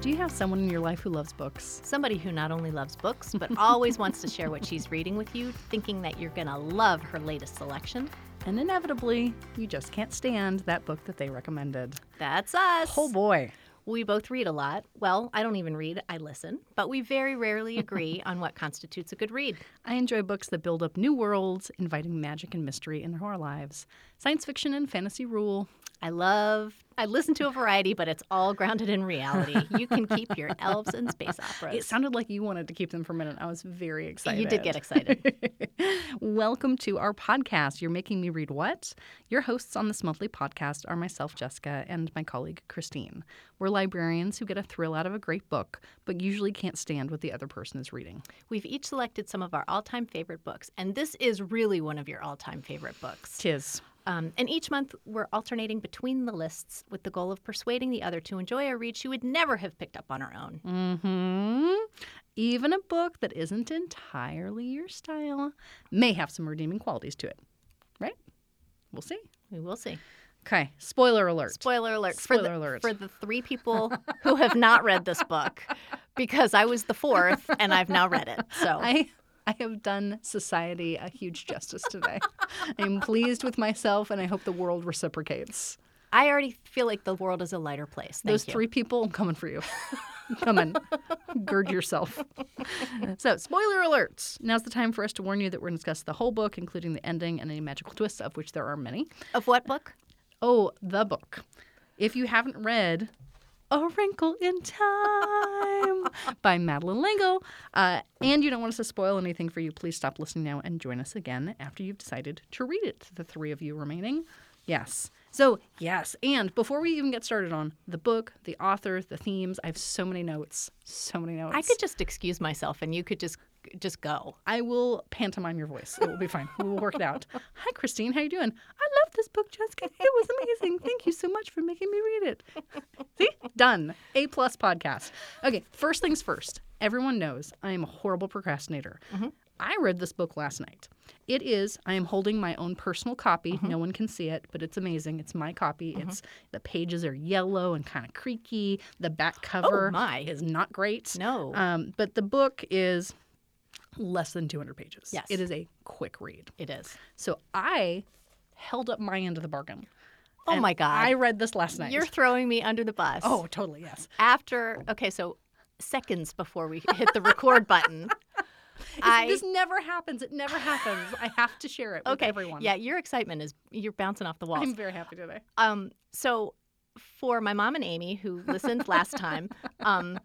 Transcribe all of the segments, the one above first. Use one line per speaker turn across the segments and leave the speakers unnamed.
Do you have someone in your life who loves books?
Somebody who not only loves books, but always wants to share what she's reading with you, thinking that you're going to love her latest selection.
And inevitably, you just can't stand that book that they recommended.
That's us.
Oh boy.
We both read a lot. Well, I don't even read, I listen, but we very rarely agree on what constitutes a good read.
I enjoy books that build up new worlds, inviting magic and mystery into our lives. Science fiction and fantasy rule.
I love, I listen to a variety, but it's all grounded in reality. You can keep your elves and space operas.
It sounded like you wanted to keep them for a minute. I was very excited.
You did get excited.
Welcome to our podcast. You're making me read what? Your hosts on this monthly podcast are myself, Jessica, and my colleague, Christine. We're librarians who get a thrill out of a great book, but usually can't stand what the other person is reading.
We've each selected some of our all time favorite books, and this is really one of your all time favorite books.
Tis.
Um, and each month, we're alternating between the lists with the goal of persuading the other to enjoy a read she would never have picked up on her own.
hmm Even a book that isn't entirely your style may have some redeeming qualities to it, right? We'll see.
We will see.
Okay, spoiler alert.
Spoiler alert. for
Spoiler
the,
alert.
For the three people who have not read this book, because I was the fourth and I've now read it. So
I I have done society a huge justice today. I am pleased with myself, and I hope the world reciprocates.
I already feel like the world is a lighter place. Thank
Those
you.
three people, I'm coming for you. Coming. Gird yourself. so, spoiler alerts. Now's the time for us to warn you that we're going to discuss the whole book, including the ending and any magical twists, of which there are many.
Of what book?
Oh, the book. If you haven't read A Wrinkle in Time by Madeline Lango, uh, and you don't want us to spoil anything for you, please stop listening now and join us again after you've decided to read it, the three of you remaining. Yes. So, yes. And before we even get started on the book, the author, the themes, I have so many notes. So many notes.
I could just excuse myself and you could just just go.
I will pantomime your voice. It will be fine. We will work it out. Hi, Christine. How you doing? I love this book, Jessica. It was amazing. Thank you so much for making me read it. See, done. A plus podcast. Okay, first things first. Everyone knows I am a horrible procrastinator. I read this book last night. It is. I am holding my own personal copy. No one can see it, but it's amazing. It's my copy. It's the pages are yellow and kind of creaky. The back cover
my.
is not great.
No.
Um, but the book is less than 200 pages.
Yes.
It is a quick read.
it is.
So I held up my end of the bargain.
Oh
And
my god.
I read this last night.
You're throwing me under the bus.
oh, totally, yes.
After okay, so seconds before we hit the record button. I
this never happens. It never happens. I have to share it with
okay,
everyone.
Yeah, your excitement is you're bouncing off the walls.
I'm very happy today.
Um, so for my mom and Amy, who listened last time, um,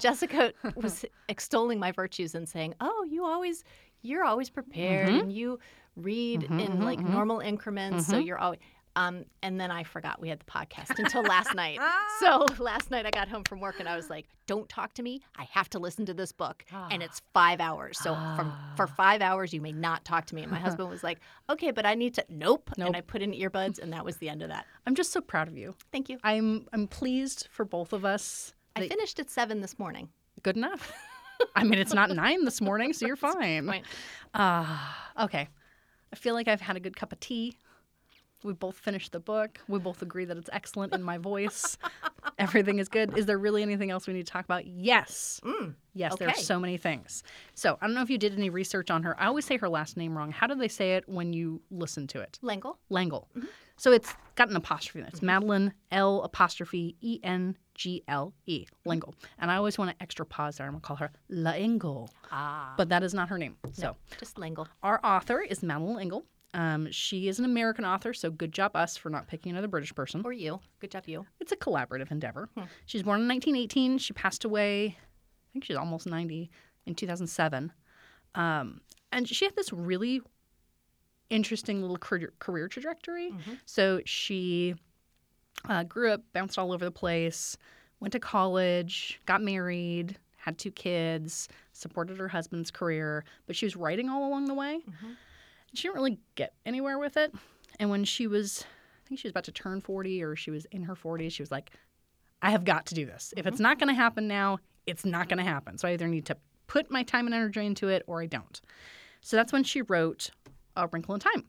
Jessica was extolling my virtues and saying, "Oh, you always, you're always prepared, and you read in like normal increments, so you're always." Um, and then I forgot we had the podcast until last night. So last night I got home from work and I was like, "Don't talk to me. I have to listen to this book, and it's five hours. So from for five hours you may not talk to me." And my husband was like, "Okay, but I need to." Nope. And I put in earbuds, and that was the end of that.
I'm just so proud of you.
Thank you.
I'm I'm pleased for both of us.
I finished at seven this morning.
Good enough. I mean, it's not nine this morning, so you're fine.
Point.
Ah, okay. I feel like I've had a good cup of tea. We both finished the book. We both agree that it's excellent in my voice. Everything is good. Is there really anything else we need to talk about? Yes. yes, there are
okay.
so many things. So I don't know if you did any research on her. I always say her last name wrong. How do they say it when you listen to it?
Langle.
Langle. So it's got an apostrophe in it. It's Madeline L apostrophe E N G L E, Langle. And I always want an extra pause there. I'm going to call her Langle.
Ah.
But that is not her name. So
Just Langle.
our author is Madeline Engel. Um, she is an American author, so good job us for not picking another British person.
Or you. Good job, you.
It's a collaborative endeavor. She's born in 1918. She passed away, I think she's almost 90, in 2007. Um, and she had this really interesting little career, career trajectory. So she uh, grew up, bounced all over the place, went to college, got married, had two kids, supported her husband's career, but she was writing all along the way. She didn't really get anywhere with it. And when she was, I think she was about to turn 40 or she was in her 40s, she was like, I have got to do this. If it's not going to happen now, it's not going to happen. So I either need to put my time and energy into it or I don't. So that's when she wrote A Wrinkle in Time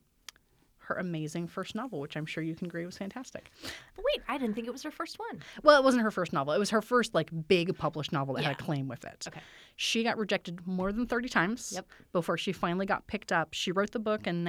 her amazing first novel, which I'm sure you can agree was fantastic.
But wait, I didn't think it was her first one.
Well, it wasn't her first novel. It was her first like big published novel that had a
Yeah.
claim with it.
Okay.
She got rejected more than 30 times
Yep.
before she finally got picked up. She wrote the book in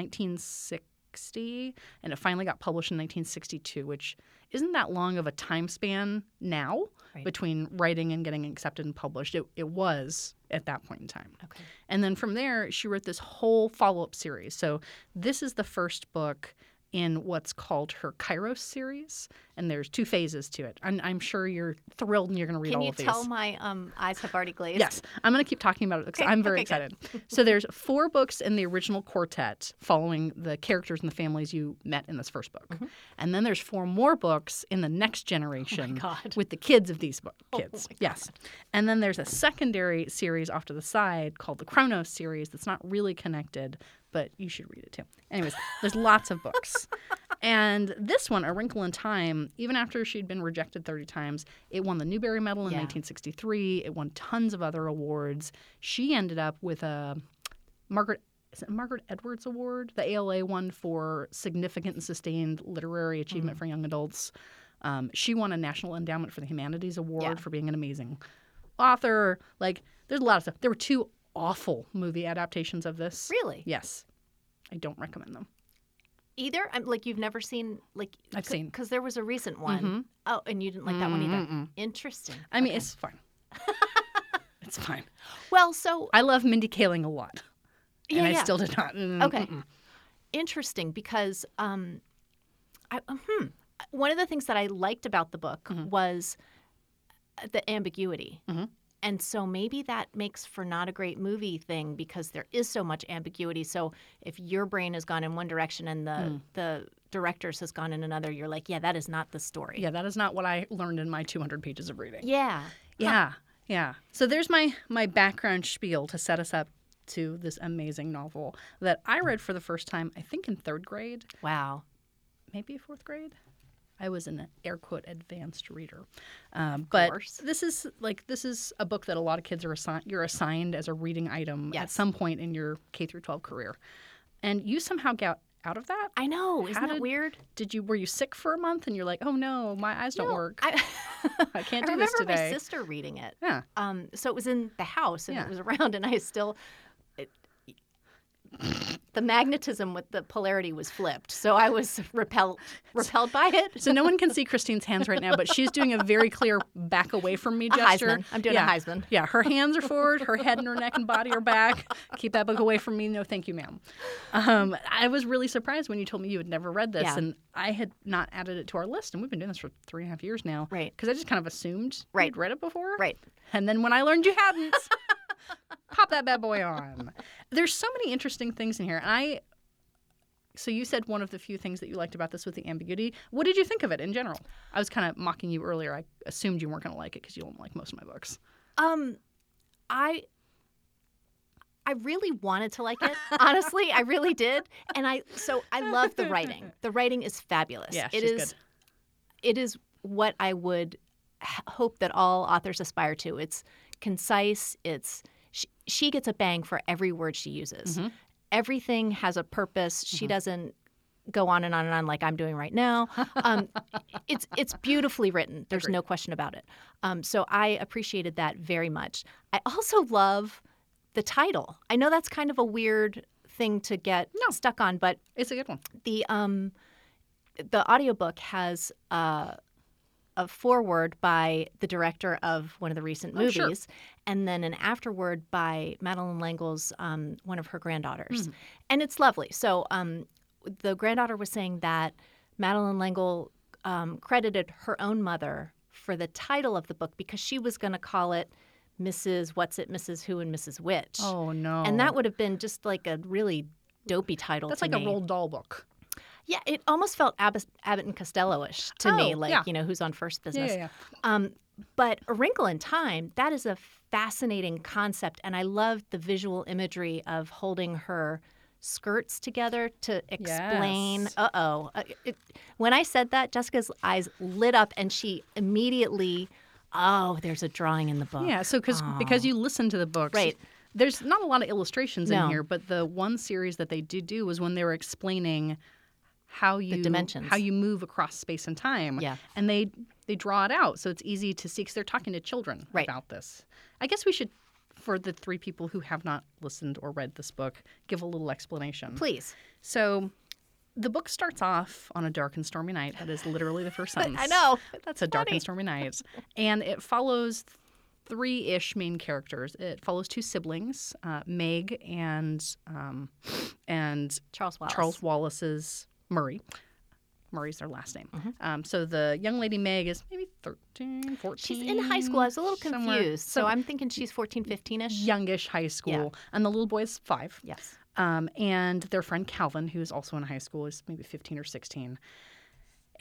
1960 and it finally got published in 1962, which isn't that long of a time span now
Right.
between writing and getting accepted and published. It, it was at that point in time.
Okay.
And then from there, she wrote this whole follow up series. So this is the first book in what's called her Kairos series, and there's two phases to it. I'm, I'm sure you're thrilled and you're going to read
Can
all
you
of these.
tell my um, eyes have already glazed?
Yes, I'm going to keep talking about it because
Okay,
I'm very
okay,
excited.
good.
so there's four books in the original quartet following the characters and the families you met in this first book,
Mm-hmm.
and then there's four more books in the next generation
Oh God.
with the kids of these book, kids.
Oh, my
yes, and then there's a secondary series off to the side called the Chronos series that's not really connected, but you should read it too. Anyways, there's lots of books. And this one, A Wrinkle in Time, even after she'd been rejected 30 times, it won the Newbery Medal in
Yeah.
1963. It won tons of other awards. She ended up with a Margaret is it Margaret Edwards Award, the ALA one for significant and sustained literary
Mm.
achievement for young adults. Um, she won a National Endowment for the Humanities Award
Yeah.
for being an amazing author. Like, there's a lot of stuff. There were two awful movie adaptations of this.
Really?
Yes. I don't recommend them.
Either I'm like you've never seen like
I've seen. Mm-hmm.
because there was a recent one. Oh, and you didn't like that one either. Interesting.
I mean,
Okay.
it's fine. it's fine.
well, so
I love Mindy Kaling a lot. And
Yeah,
I
yeah.
still did not. mm,
Okay.
mm-mm.
interesting because um, I, hmm, one of the things that I liked about the book
Mm-hmm.
was uh, the ambiguity.
Mhm.
And so maybe that makes for not a great movie thing because there is so much ambiguity. So if your brain has gone in one direction and the
Mm.
the director's has gone in another, you're like, yeah, that is not the story.
Yeah, that is not what I learned in my 200 pages of reading.
Yeah.
Yeah, yeah. So there's my my background spiel to set us up to this amazing novel that I read for the first time, I think in third grade,
Wow.
maybe fourth grade. I was an air quote advanced reader, um, but
course.
this is like this is a book that a lot of kids are assigned. You're assigned as a reading item at
Yes.
some point in your K through 12 career, and you somehow got out of that.
I know. Isn't
How
that
did-
weird?
Did you were you sick for a month and you're like, oh no, my eyes don't
No,
work.
I,
I can't
I
do this
remember
today.
my sister reading it.
yeah.
Um, so it was in the house and
Yeah.
it was around, and I still. it- the magnetism with the polarity was flipped, so I was repelled repelled by it.
So no one can see Christine's hands right now, but she's doing a very clear back away from me
A
gesture.
Heisman. I'm doing
yeah.
a Heisman.
Yeah, her hands are forward, her head and her neck and body are back. Keep that book away from me. No, thank you, ma'am. Um, I was really surprised when you told me you had never read this,
Yeah.
and I had not added it to our list. And we've been doing this for three and a half years now,
Right.
Because I just kind of assumed
Right.
you'd read it before,
Right.
And then when I learned you hadn't, pop that bad boy on. There's so many interesting things in here, and I. So you said one of the few things that you liked about this was the ambiguity. What did you think of it in general? I was kind of mocking you earlier. I assumed you weren't going to like it because you don't like most of my books.
Um, I I really wanted to like it. Honestly, I really did, and I so I love the writing. The writing is fabulous.
Yeah,
it
she's
is
good.
it is what I would h- hope that all authors aspire to. It's concise. It's she, she gets a bang for every word she uses.
Mm-hmm.
Everything has a purpose. She doesn't go on and on and on like I'm doing right now. Um, it's it's beautifully written. There's no question about it. Um, so I appreciated that very much. I also love the title. I know that's kind of a weird thing to get stuck on, but
It's a good one.
the um the audiobook has uh, a foreword by the director of one of the recent
Oh,
movies
sure.
and then an afterword by Madeline Langle's um, one of her granddaughters.
Hmm.
And it's lovely. So um, the granddaughter was saying that Madeline Langle um, credited her own mother for the title of the book because she was going to call it Mrs. What's It, Mrs. Who, and Mrs. Which.
Oh no!
And that would have been just like a really dopey title.
that's
to
like
me.
a Roald Dahl book.
Yeah, it almost felt Abbott, Abbott and Costello-ish to me,
Oh,
like
yeah.
you know who's on first
Yeah,
business.
yeah, yeah.
Um, but A Wrinkle in Time, that is a fascinating concept, and I loved the visual imagery of holding her skirts together to explain.
Yes.
Uh-oh. Uh oh, when I said that, Jessica's eyes lit up, and she immediately, oh, there's a drawing in the book.
Yeah, So because because you listen to the books,
Right.
There's not a lot of illustrations
No.
in here, but the one series that they did do was when they were explaining how you
dimensions.
how you move across space and time.
Yeah.
And they they draw it out, so it's easy to see because they're talking to children
Right.
about this. I guess we should, for the three people who have not listened or read this book, give a little explanation.
Please.
So, the book starts off on a dark and stormy night. That is literally the first sentence.
I know.
That's a dark and stormy night. And it follows three ish main characters. It follows two siblings, uh, Meg and um, and
Charles Wallace.
Charles Wallace's Murray. Murray's their last name.
Mm-hmm.
Um, so the young lady Meg is maybe 13, 14.
She's in high school. I was a little confused.
somewhere.
So I'm thinking she's 14, 15 ish.
youngish high school. And the little boy's five.
Yes.
um, and their friend Calvin, who's also in high school, is maybe 15 or 16.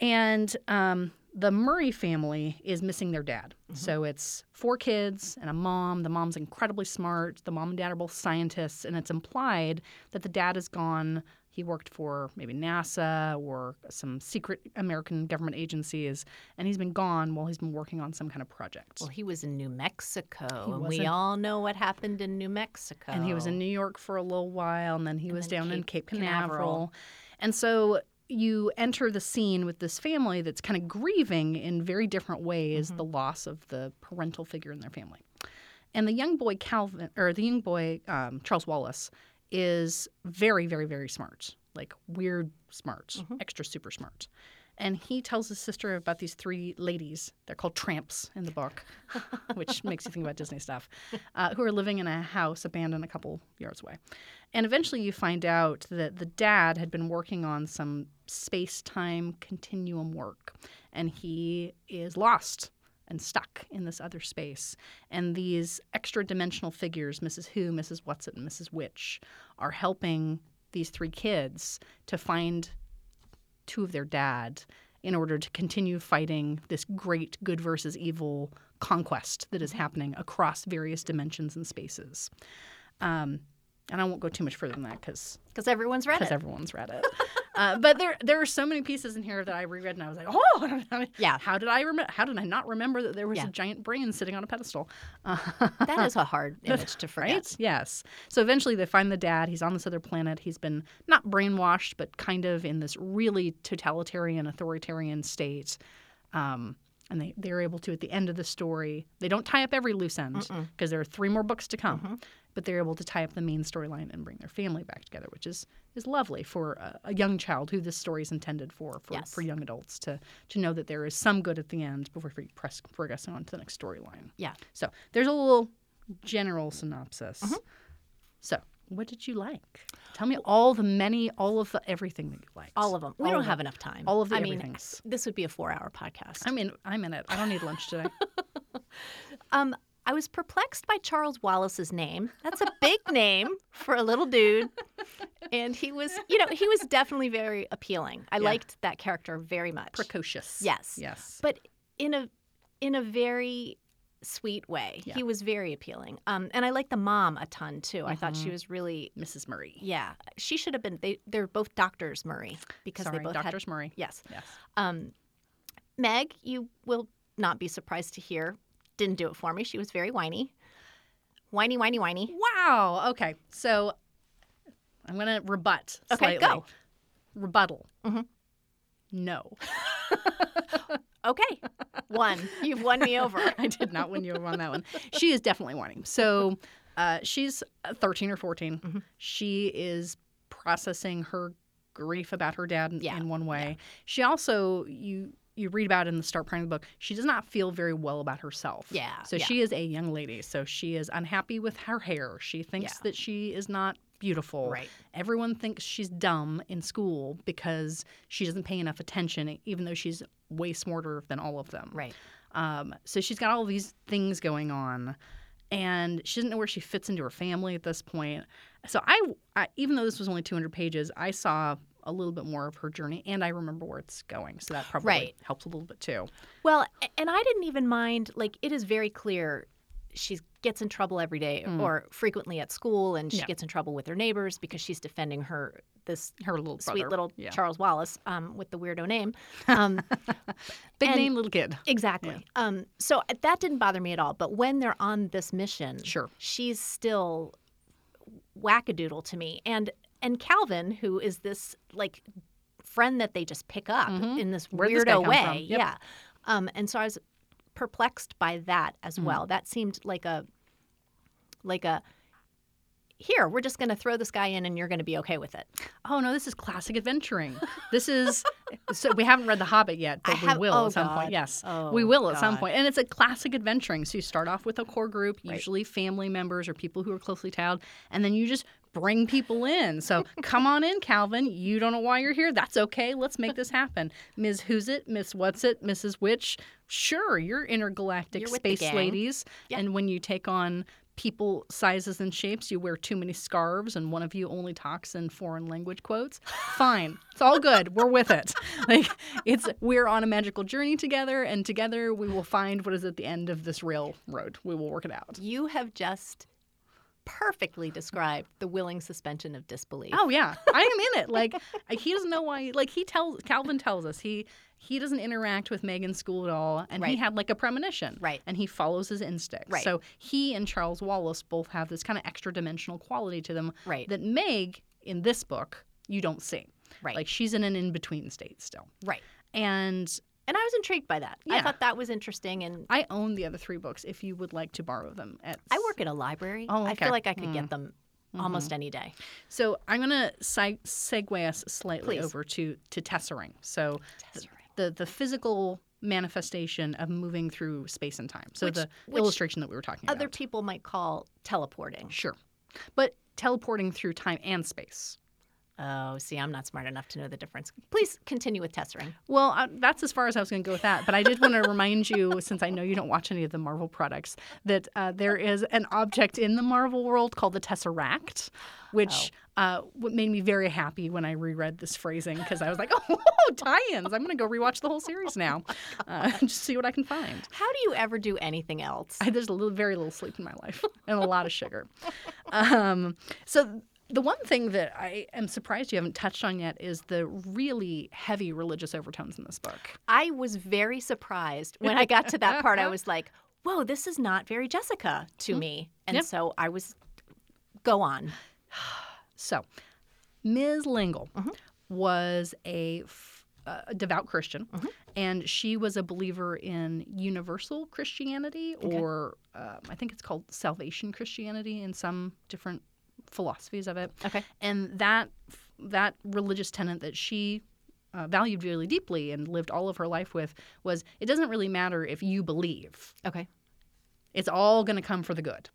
And um, the Murray family is missing their dad.
Mm-hmm.
So it's four kids and a mom. The mom's incredibly smart. The mom and dad are both scientists, and it's implied that the dad is gone. He worked for maybe NASA or some secret American government agencies, and he's been gone while he's been working on some kind of project.
Well, he was in New Mexico.
He
and
was
we
in-
all know what happened in New Mexico.
and he was in New York for a little while, and then he was
then
down in
Cape
Cape
Canaveral.
Canaveral. And so you enter the scene with this family that's kind of grieving in very different ways the loss of the parental figure in their family. And the young boy Calvin, or the young boy um, Charles Wallace, is very, very, very smart, like weird smart, extra super smart. And he tells his sister about these three ladies. They're called tramps in the book, which makes you think about Disney stuff, uh, who are living in a house abandoned a couple yards away. And eventually you find out that the dad had been working on some space time continuum work, and he is lost and stuck in this other space. And these extra dimensional figures, Mrs. Who, Mrs. What's It, and Mrs. Which, are helping these three kids to find two of their dad in order to continue fighting this great good versus evil conquest that is happening across various dimensions and spaces. Um, and I won't go too much further than that because
Because everyone's read it.
everyone's read it. uh, but there there are so many pieces in here that I reread and I was like, oh,
Yeah.
How did I remember? How did I not remember that there was
Yeah.
a giant brain sitting on a pedestal?
that is a hard image to forget.
Right? Yes. So eventually they find the dad. He's on this other planet. He's been not brainwashed, but kind of in this really totalitarian, authoritarian state. Um, and they, they're able to, at the end of the story, they don't tie up every loose end because there are three more books to come, but they're able to tie up the main storyline and bring their family back together, which is, is lovely for a, a young child who this story is intended for, for,
Yes.
for young adults to, to know that there is some good at the end before we press, progressing on to the next storyline.
Yeah.
So there's a little general synopsis.
Mm-hmm.
So what did you like? Tell me all the many, all of the everything that you liked.
All of them. We
All
don't
of
have enough time.
all of the
I mean,
everythings.
this would be a four-hour podcast.
I'm in. I'm in it. I don't need lunch today.
Um, I was perplexed by Charles Wallace's name. That's a big name for a little dude. And he was, you know, he was definitely very appealing. I
Yeah.
liked that character very much.
Precocious.
Yes.
Yes.
But in a in a very sweet way.
Yeah.
He was very appealing. Um, and I liked the mom a ton too. I thought
Mm-hmm.
she was really
Mrs. Murray.
yeah. She should have been they they're both doctors Murray because
Sorry,
they both
Doctors
had
Murray.
yes.
Yes.
Um, Meg, you will not be surprised to hear, didn't do it for me. She was very whiny. Whiny, whiny, whiny.
Wow. Okay. So I'm gonna rebut.
Okay,
Slightly.
go.
Rebuttal.
Mhm.
No,
Okay. One. You've won me over.
I did not win you over on that one. She is definitely whining. So uh, she's 13 or 14.
Mhm.
She is processing her grief about her dad in,
Yeah,
in one way. She also you you read about it in the start part of the book. She does not feel very well about herself.
Yeah,
So
yeah.
she is a young lady. So she is unhappy with her hair. She thinks
Yeah.
that she is not beautiful.
Right.
Everyone thinks she's dumb in school because she doesn't pay enough attention, even though she's way smarter than all of them.
Right.
Um, so she's got all these things going on, and she doesn't know where she fits into her family at this point. So I, I even though this was only 200 pages, I saw a little bit more of her journey, and I remember where it's going. So that probably
Right.
helps a little bit too.
Well, a- and I didn't even mind, like, it is very clear she gets in trouble every day
Mm.
or frequently at school, and she
Yeah.
gets in trouble with her neighbors because she's defending her, this
Her little brother,
sweet little
yeah.
Charles Wallace um, with the weirdo name. Um,
big
and-
name little kid.
Exactly. Um, so that didn't bother me at all. But when they're on this mission,
Sure.
she's still wackadoodle to me. And and Calvin, who is this like friend that they just pick up
Mhm.
in this
Where'd this guy
weirdo
come from?
way.
Yep.
Yeah. Um, and so I was perplexed by that as
Mm-hmm.
well. That seemed like a like a here, we're just gonna throw this guy in and you're gonna be okay with it.
Oh no, this is classic adventuring. This is so we haven't read The Hobbit yet, but
I
we
have-
will
oh,
at some
God.
point. Yes,
Oh,
we will at some
God.
point. And it's a classic adventuring. So you start off with a core group,
Right.
usually family members or people who are closely tied, and then you just bring people in. So come on in, Calvin. You don't know why you're here. That's okay. Let's make this happen. Ms. Who's it? Miss What's it? Mrs. Which? Sure, you're intergalactic
You're with the
space
gang.
ladies.
Yeah.
And when you take on people sizes and shapes, you wear too many scarves and one of you only talks in foreign language quotes. Fine. It's all good. We're with it. Like it's we're on a magical journey together and together we will find what is at the end of this railroad. We will work it out.
You have just perfectly described the willing suspension of disbelief.
Oh yeah, I am in it. Like he doesn't know why. Like he tells Calvin tells us he he doesn't interact with Megan's school at all, and he
Right.
had like a premonition,
Right.
And he follows his instincts.
Right.
So he and Charles Wallace both have this kind of extra dimensional quality to them,
Right.
That Meg in this book you don't see,
Right.
Like she's in an in between state still,
right.
and
And I was intrigued by that. I
Yeah.
thought that was interesting and
I own the other three books. If you would like to borrow them, at
I work at a library.
Oh,
I feel
okay.
like I could get them almost any day.
So I'm gonna seg- segue us slightly
Please.
over to to tessering. So th-
Tessering.
the the physical manifestation of moving through space and time. So
Which-
the
which
illustration that we were talking
Other
about.
people might call teleporting.
Sure, but teleporting through time and space.
Oh, see, I'm not smart enough to know the difference. Please continue with tessering.
Well, I, that's as far as I was going to go with that. But I did want to remind you, since I know you don't watch any of the Marvel products, that uh, there is an object in the Marvel world called the Tesseract, which
Oh.
uh, what made me very happy when I reread this phrasing because I was like, oh, tie-ins! I'm going to go rewatch the whole series now,
Oh
uh, just see what I can find.
How do you ever do anything else?
I, there's a little, very little sleep in my life and a lot of sugar. Um, so the one thing that I am surprised you haven't touched on yet is the really heavy religious overtones in this book.
I was very surprised when I got to that part. I was like, whoa, this is not very Jessica to me. And
Yep.
so I was, go on.
So, Ms. Lingle was a, f- uh, a devout Christian, and she was a believer in universal Christianity, or um, I think it's called salvation Christianity in some different philosophies of it.
Okay.
And that f- that religious tenet that she uh, valued really deeply and lived all of her life with was it doesn't really matter if you believe;
Okay.
it's all going to come for the good.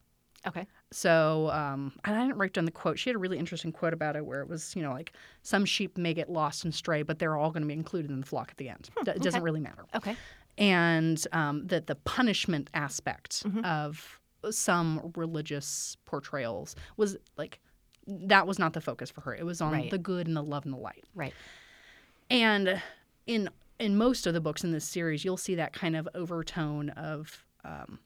Okay.
So, um, and I didn't write down the quote. She had a really interesting quote about it where it was, you know, like some sheep may get lost and stray, but they're all going to be included in the flock at the end. D- It doesn't really matter.
Hmm, Okay.
And um, that the punishment aspect of some religious portrayals was like, that was not the focus for her. It was on
Right.
the good and the love and the light.
Right.
And in in most of the books in this series, you'll see that kind of overtone of um,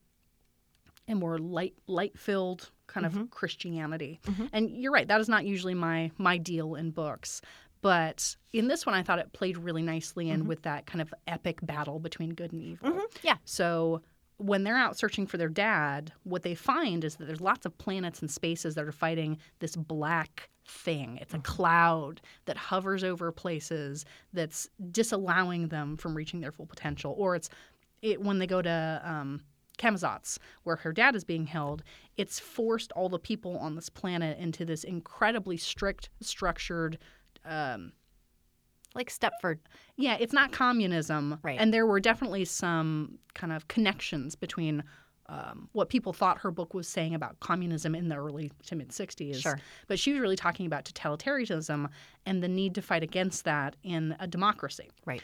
a more light light filled kind of Christianity. And you're right, that is not usually my my deal in books. But in this one, I thought it played really nicely in with that kind of epic battle between good and evil.
Yeah.
So when they're out searching for their dad, what they find is that there's lots of planets and spaces that are fighting this black thing. It's a cloud that hovers over places that's disallowing them from reaching their full potential. Or it's it when they go to um, Kamazatz, where her dad is being held, it's forced all the people on this planet into this incredibly strict, structured um,
Like Stepford.
yeah, it's not communism.
Right.
And there were definitely some kind of connections between um, what people thought her book was saying about communism in the early to mid 60s.
Sure.
But she was really talking about totalitarianism and the need to fight against that in a democracy.
Right.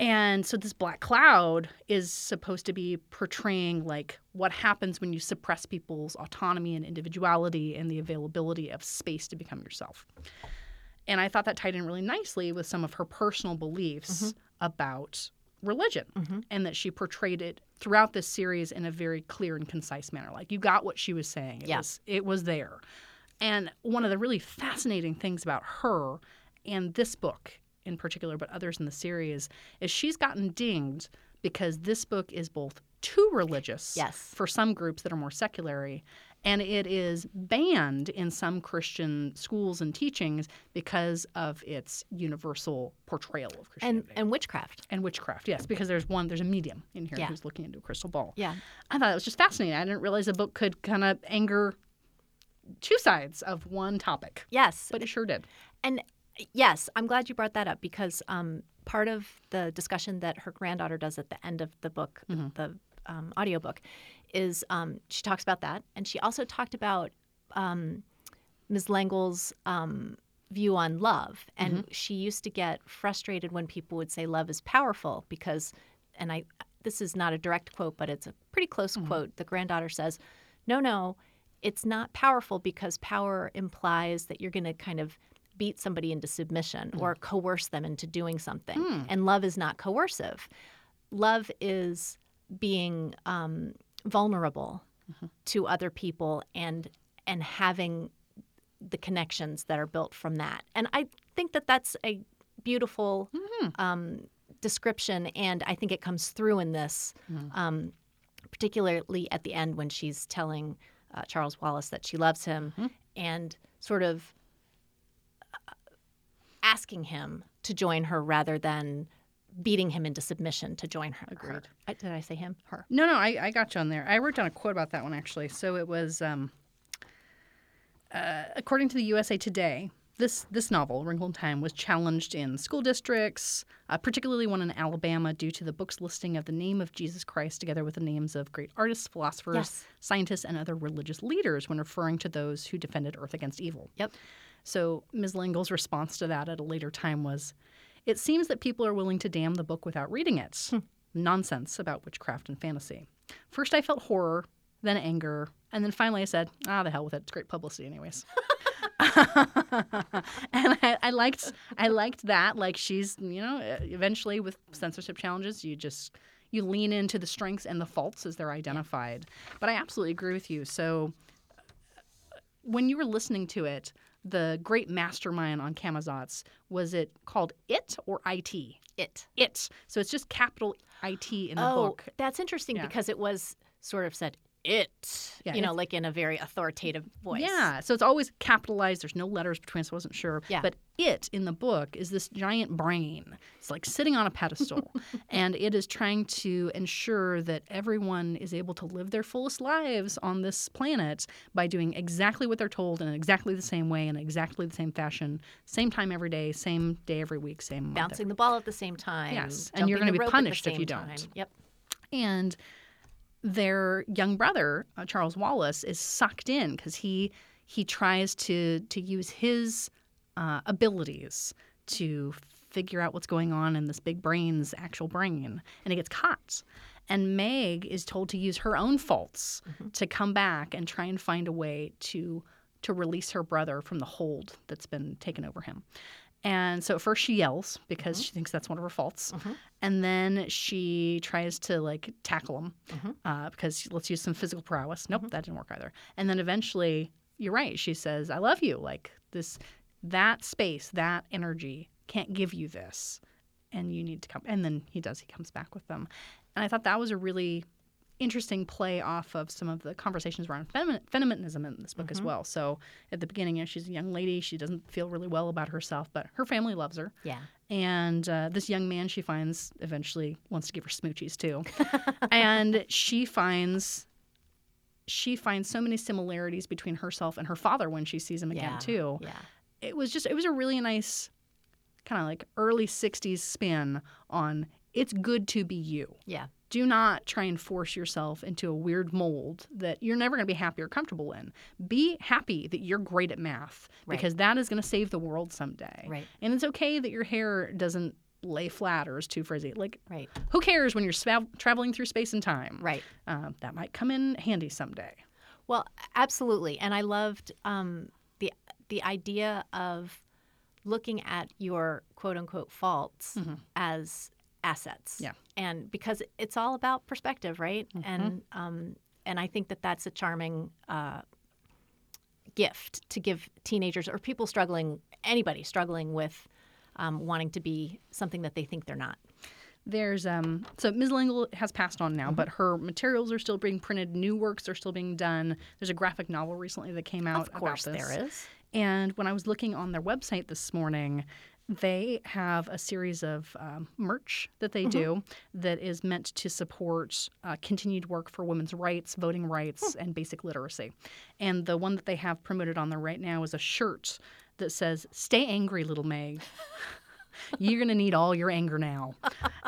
And so this black cloud is supposed to be portraying like what happens when you suppress people's autonomy and individuality and the availability of space to become yourself. And I thought that tied in really nicely with some of her personal beliefs about religion
mm-hmm,
and that she portrayed it throughout this series in a very clear and concise manner. Like you got what she was saying. It
Yeah.
was it was there. And one of the really fascinating things about her and this book in particular, but others in the series, is she's gotten dinged because this book is both too religious
Yes.
for some groups that are more seculary And it is banned in some Christian schools and teachings because of its universal portrayal of
and
Christianity.
and witchcraft.
and witchcraft, yes, because there's one, there's a medium in here
Yeah.
who's looking into a crystal ball.
Yeah.
I thought it was just fascinating. I didn't realize the book could kind of anger two sides of one topic,
Yes.
but it sure did.
And yes, I'm glad you brought that up because um, part of the discussion that her granddaughter does at the end of the book, the um, audiobook, is um, she talks about that. And she also talked about um, Ms. Langle's um, view on love. And she used to get frustrated when people would say love is powerful because, and I, this is not a direct quote, but it's a pretty close quote. The granddaughter says, no, no, it's not powerful because power implies that you're going to kind of beat somebody into submission or coerce them into doing something. And love is not coercive. Love is being um, vulnerable to other people and and having the connections that are built from that. And I think that that's a beautiful um, description, and I think it comes through in this, um, particularly at the end when she's telling uh, Charles Wallace that she loves him and sort of uh, asking him to join her rather than beating him into submission to join her. her.
Agreed.
I- Did I say him? Her.
No, no, I, I got you on there. I wrote down a quote about that one actually. So it was, um, uh, according to the USA Today, this this novel, Wrinkle in Time, was challenged in school districts, uh, particularly one in Alabama, due to the book's listing of the name of Jesus Christ together with the names of great artists, philosophers,
Yes.
scientists, and other religious leaders when referring to those who defended Earth against evil.
Yep.
So Ms. Langle's response to that at a later time was, "It seems that people are willing to damn the book without reading it. Nonsense about witchcraft and fantasy. First, I felt horror, then anger, and then finally I said, ah, the hell with it. It's great publicity, anyways." and I, I liked, I liked that. Like she's, you know, e, eventually with censorship challenges, you just you lean into the strengths and the faults as they're identified. But I absolutely agree with you. So when you were listening to it, the great mastermind on Camazotz, was it called It or IT?
It.
It. So it's just capital IT in the
oh,
book.
that's interesting
Yeah.
because it was sort of said it,
Yeah,
you know,
it's-
like in a very authoritative voice.
Yeah. So it's always capitalized. There's no letters between us. I wasn't sure.
Yeah.
But it in the book is this giant brain. It's like sitting on a pedestal. and it is trying to ensure that everyone is able to live their fullest lives on this planet by doing exactly what they're told in exactly the same way, in exactly the same fashion, same time every day, same day every week, same month
Bouncing the ball at the same time.
Yes, and you're gonna
jumping the
be
rope at the
punished if you
same
don't.
time. Yep.
and their young brother uh, Charles Wallace is sucked in because he he tries to to use his uh, abilities to figure out what's going on in this big brain's actual brain, and he gets caught. And Meg is told to use her own faults to come back and try and find a way to to release her brother from the hold that's been taken over him. And so at first she yells because she thinks that's one of her faults. And then she tries to like tackle him uh, because let's use some physical prowess. Nope, that didn't work either. And then eventually, you're right. She says, "I love you." Like this, that space, that energy can't give you this, and you need to come. And then he does. He comes back with them, and I thought that was a really interesting play off of some of the conversations around femi- feminism in this book as well. So at the beginning, you know, she's a young lady. She doesn't feel really well about herself, but her family loves her.
Yeah.
And uh, this young man she finds eventually wants to give her smoochies too. and she finds she finds so many similarities between herself and her father when she sees him again
yeah.
too.
Yeah.
It was just it was a really nice kind of like early 60s spin on it's good to be you
Yeah.
do not try and force yourself into a weird mold that you're never going to be happy or comfortable in. Be happy that you're great at math
Right.
because that is going to save the world someday.
Right.
And it's okay that your hair doesn't lay flat or is too frizzy. Like,
Right.
who cares when you're spa- traveling through space and time?
Right.
Um, that might come in handy someday.
Well, absolutely, and I loved um, the the idea of looking at your quote unquote faults as assets.
Mm-hmm. Yeah. Mm-hmm.
and because it's all about perspective, right? And um, and I think that that's a charming uh, gift to give teenagers or people struggling, anybody struggling with um, wanting to be something that they think they're not.
There's um so Ms. Lingle has passed on
Mm-hmm.
now, but her materials are still being printed. New works are still being done. There's a graphic novel recently that came out.
Of course,
about this.
there is.
And when I was looking on their website this morning, they have a series of um, merch that they do that is meant to support uh, continued work for women's rights, voting rights, and basic literacy. And the one that they have promoted on there right now is a shirt that says, Stay angry, little Meg. You're going to need all your anger now.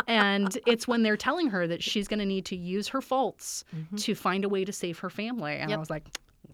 And it's when they're telling her that she's going to need to use her faults to find a way to save her family. And I
Yep.
was like,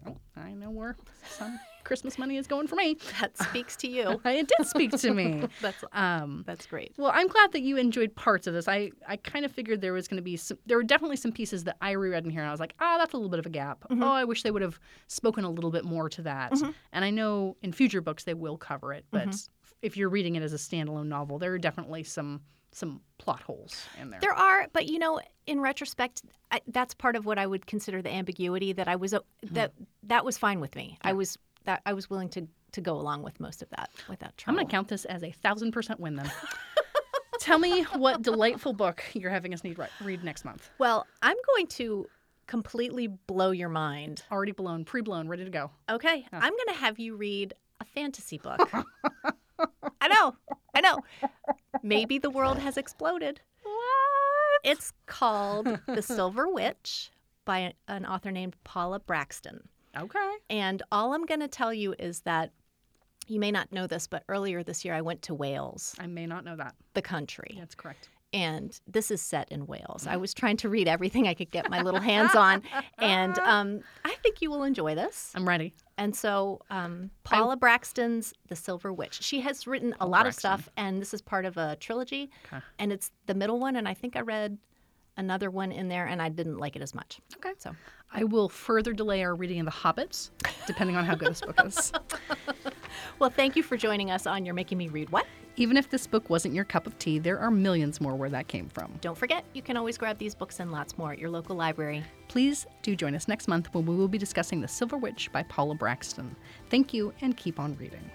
well, I know where some Christmas money is going for me.
That speaks to you.
It did speak to me.
That's
Um,
that's great.
well, I'm glad that you enjoyed parts of this. I, I kind of figured there was going to be some, there were definitely some pieces that I reread in here and I was like, ah, that's a little bit of a gap. Oh, I wish they would have spoken a little bit more to that. And I know in future books they will cover it, but if you're reading it as a standalone novel, there are definitely some some plot holes in there.
There are, but you know, in retrospect, I, that's part of what I would consider the ambiguity that I was o- that that was fine with me. I was that I was willing to to go along with most of that without
I'm
trouble.
going to count this as a thousand percent win then. Tell me what delightful book you're having us need ri- read next month.
well, I'm going to completely blow your mind.
already blown, pre-blown, ready to go.
Okay, I'm going to have you read a fantasy book. I know. I know. Maybe the world has exploded. What? It's called The Silver Witch by an author named Paula Braxton.
Okay.
And all I'm going to tell you is that you may not know this, but earlier this year I went to Wales,
I may not know that.
the country,
That's correct.
and this is set in Wales.
Mm.
I was trying to read everything I could get my little hands on, and um, I think you will enjoy this.
I'm ready.
And so um, Paula Braxton's The Silver Witch. She has written a lot
Braxton.
of stuff, and this is part of a trilogy,
Okay.
and it's the middle one, and I think I read another one in there, and I didn't like it as much.
Okay.
So.
I will further delay our reading of The Hobbits, depending on how good this book is.
Well, thank you for joining us on You're Making Me Read What?
Even if this book wasn't your cup of tea, there are millions more where that came from.
Don't forget, you can always grab these books and lots more at your local library.
Please do join us next month when we will be discussing The Silver Witch by Paula Braxton. Thank you and keep on reading.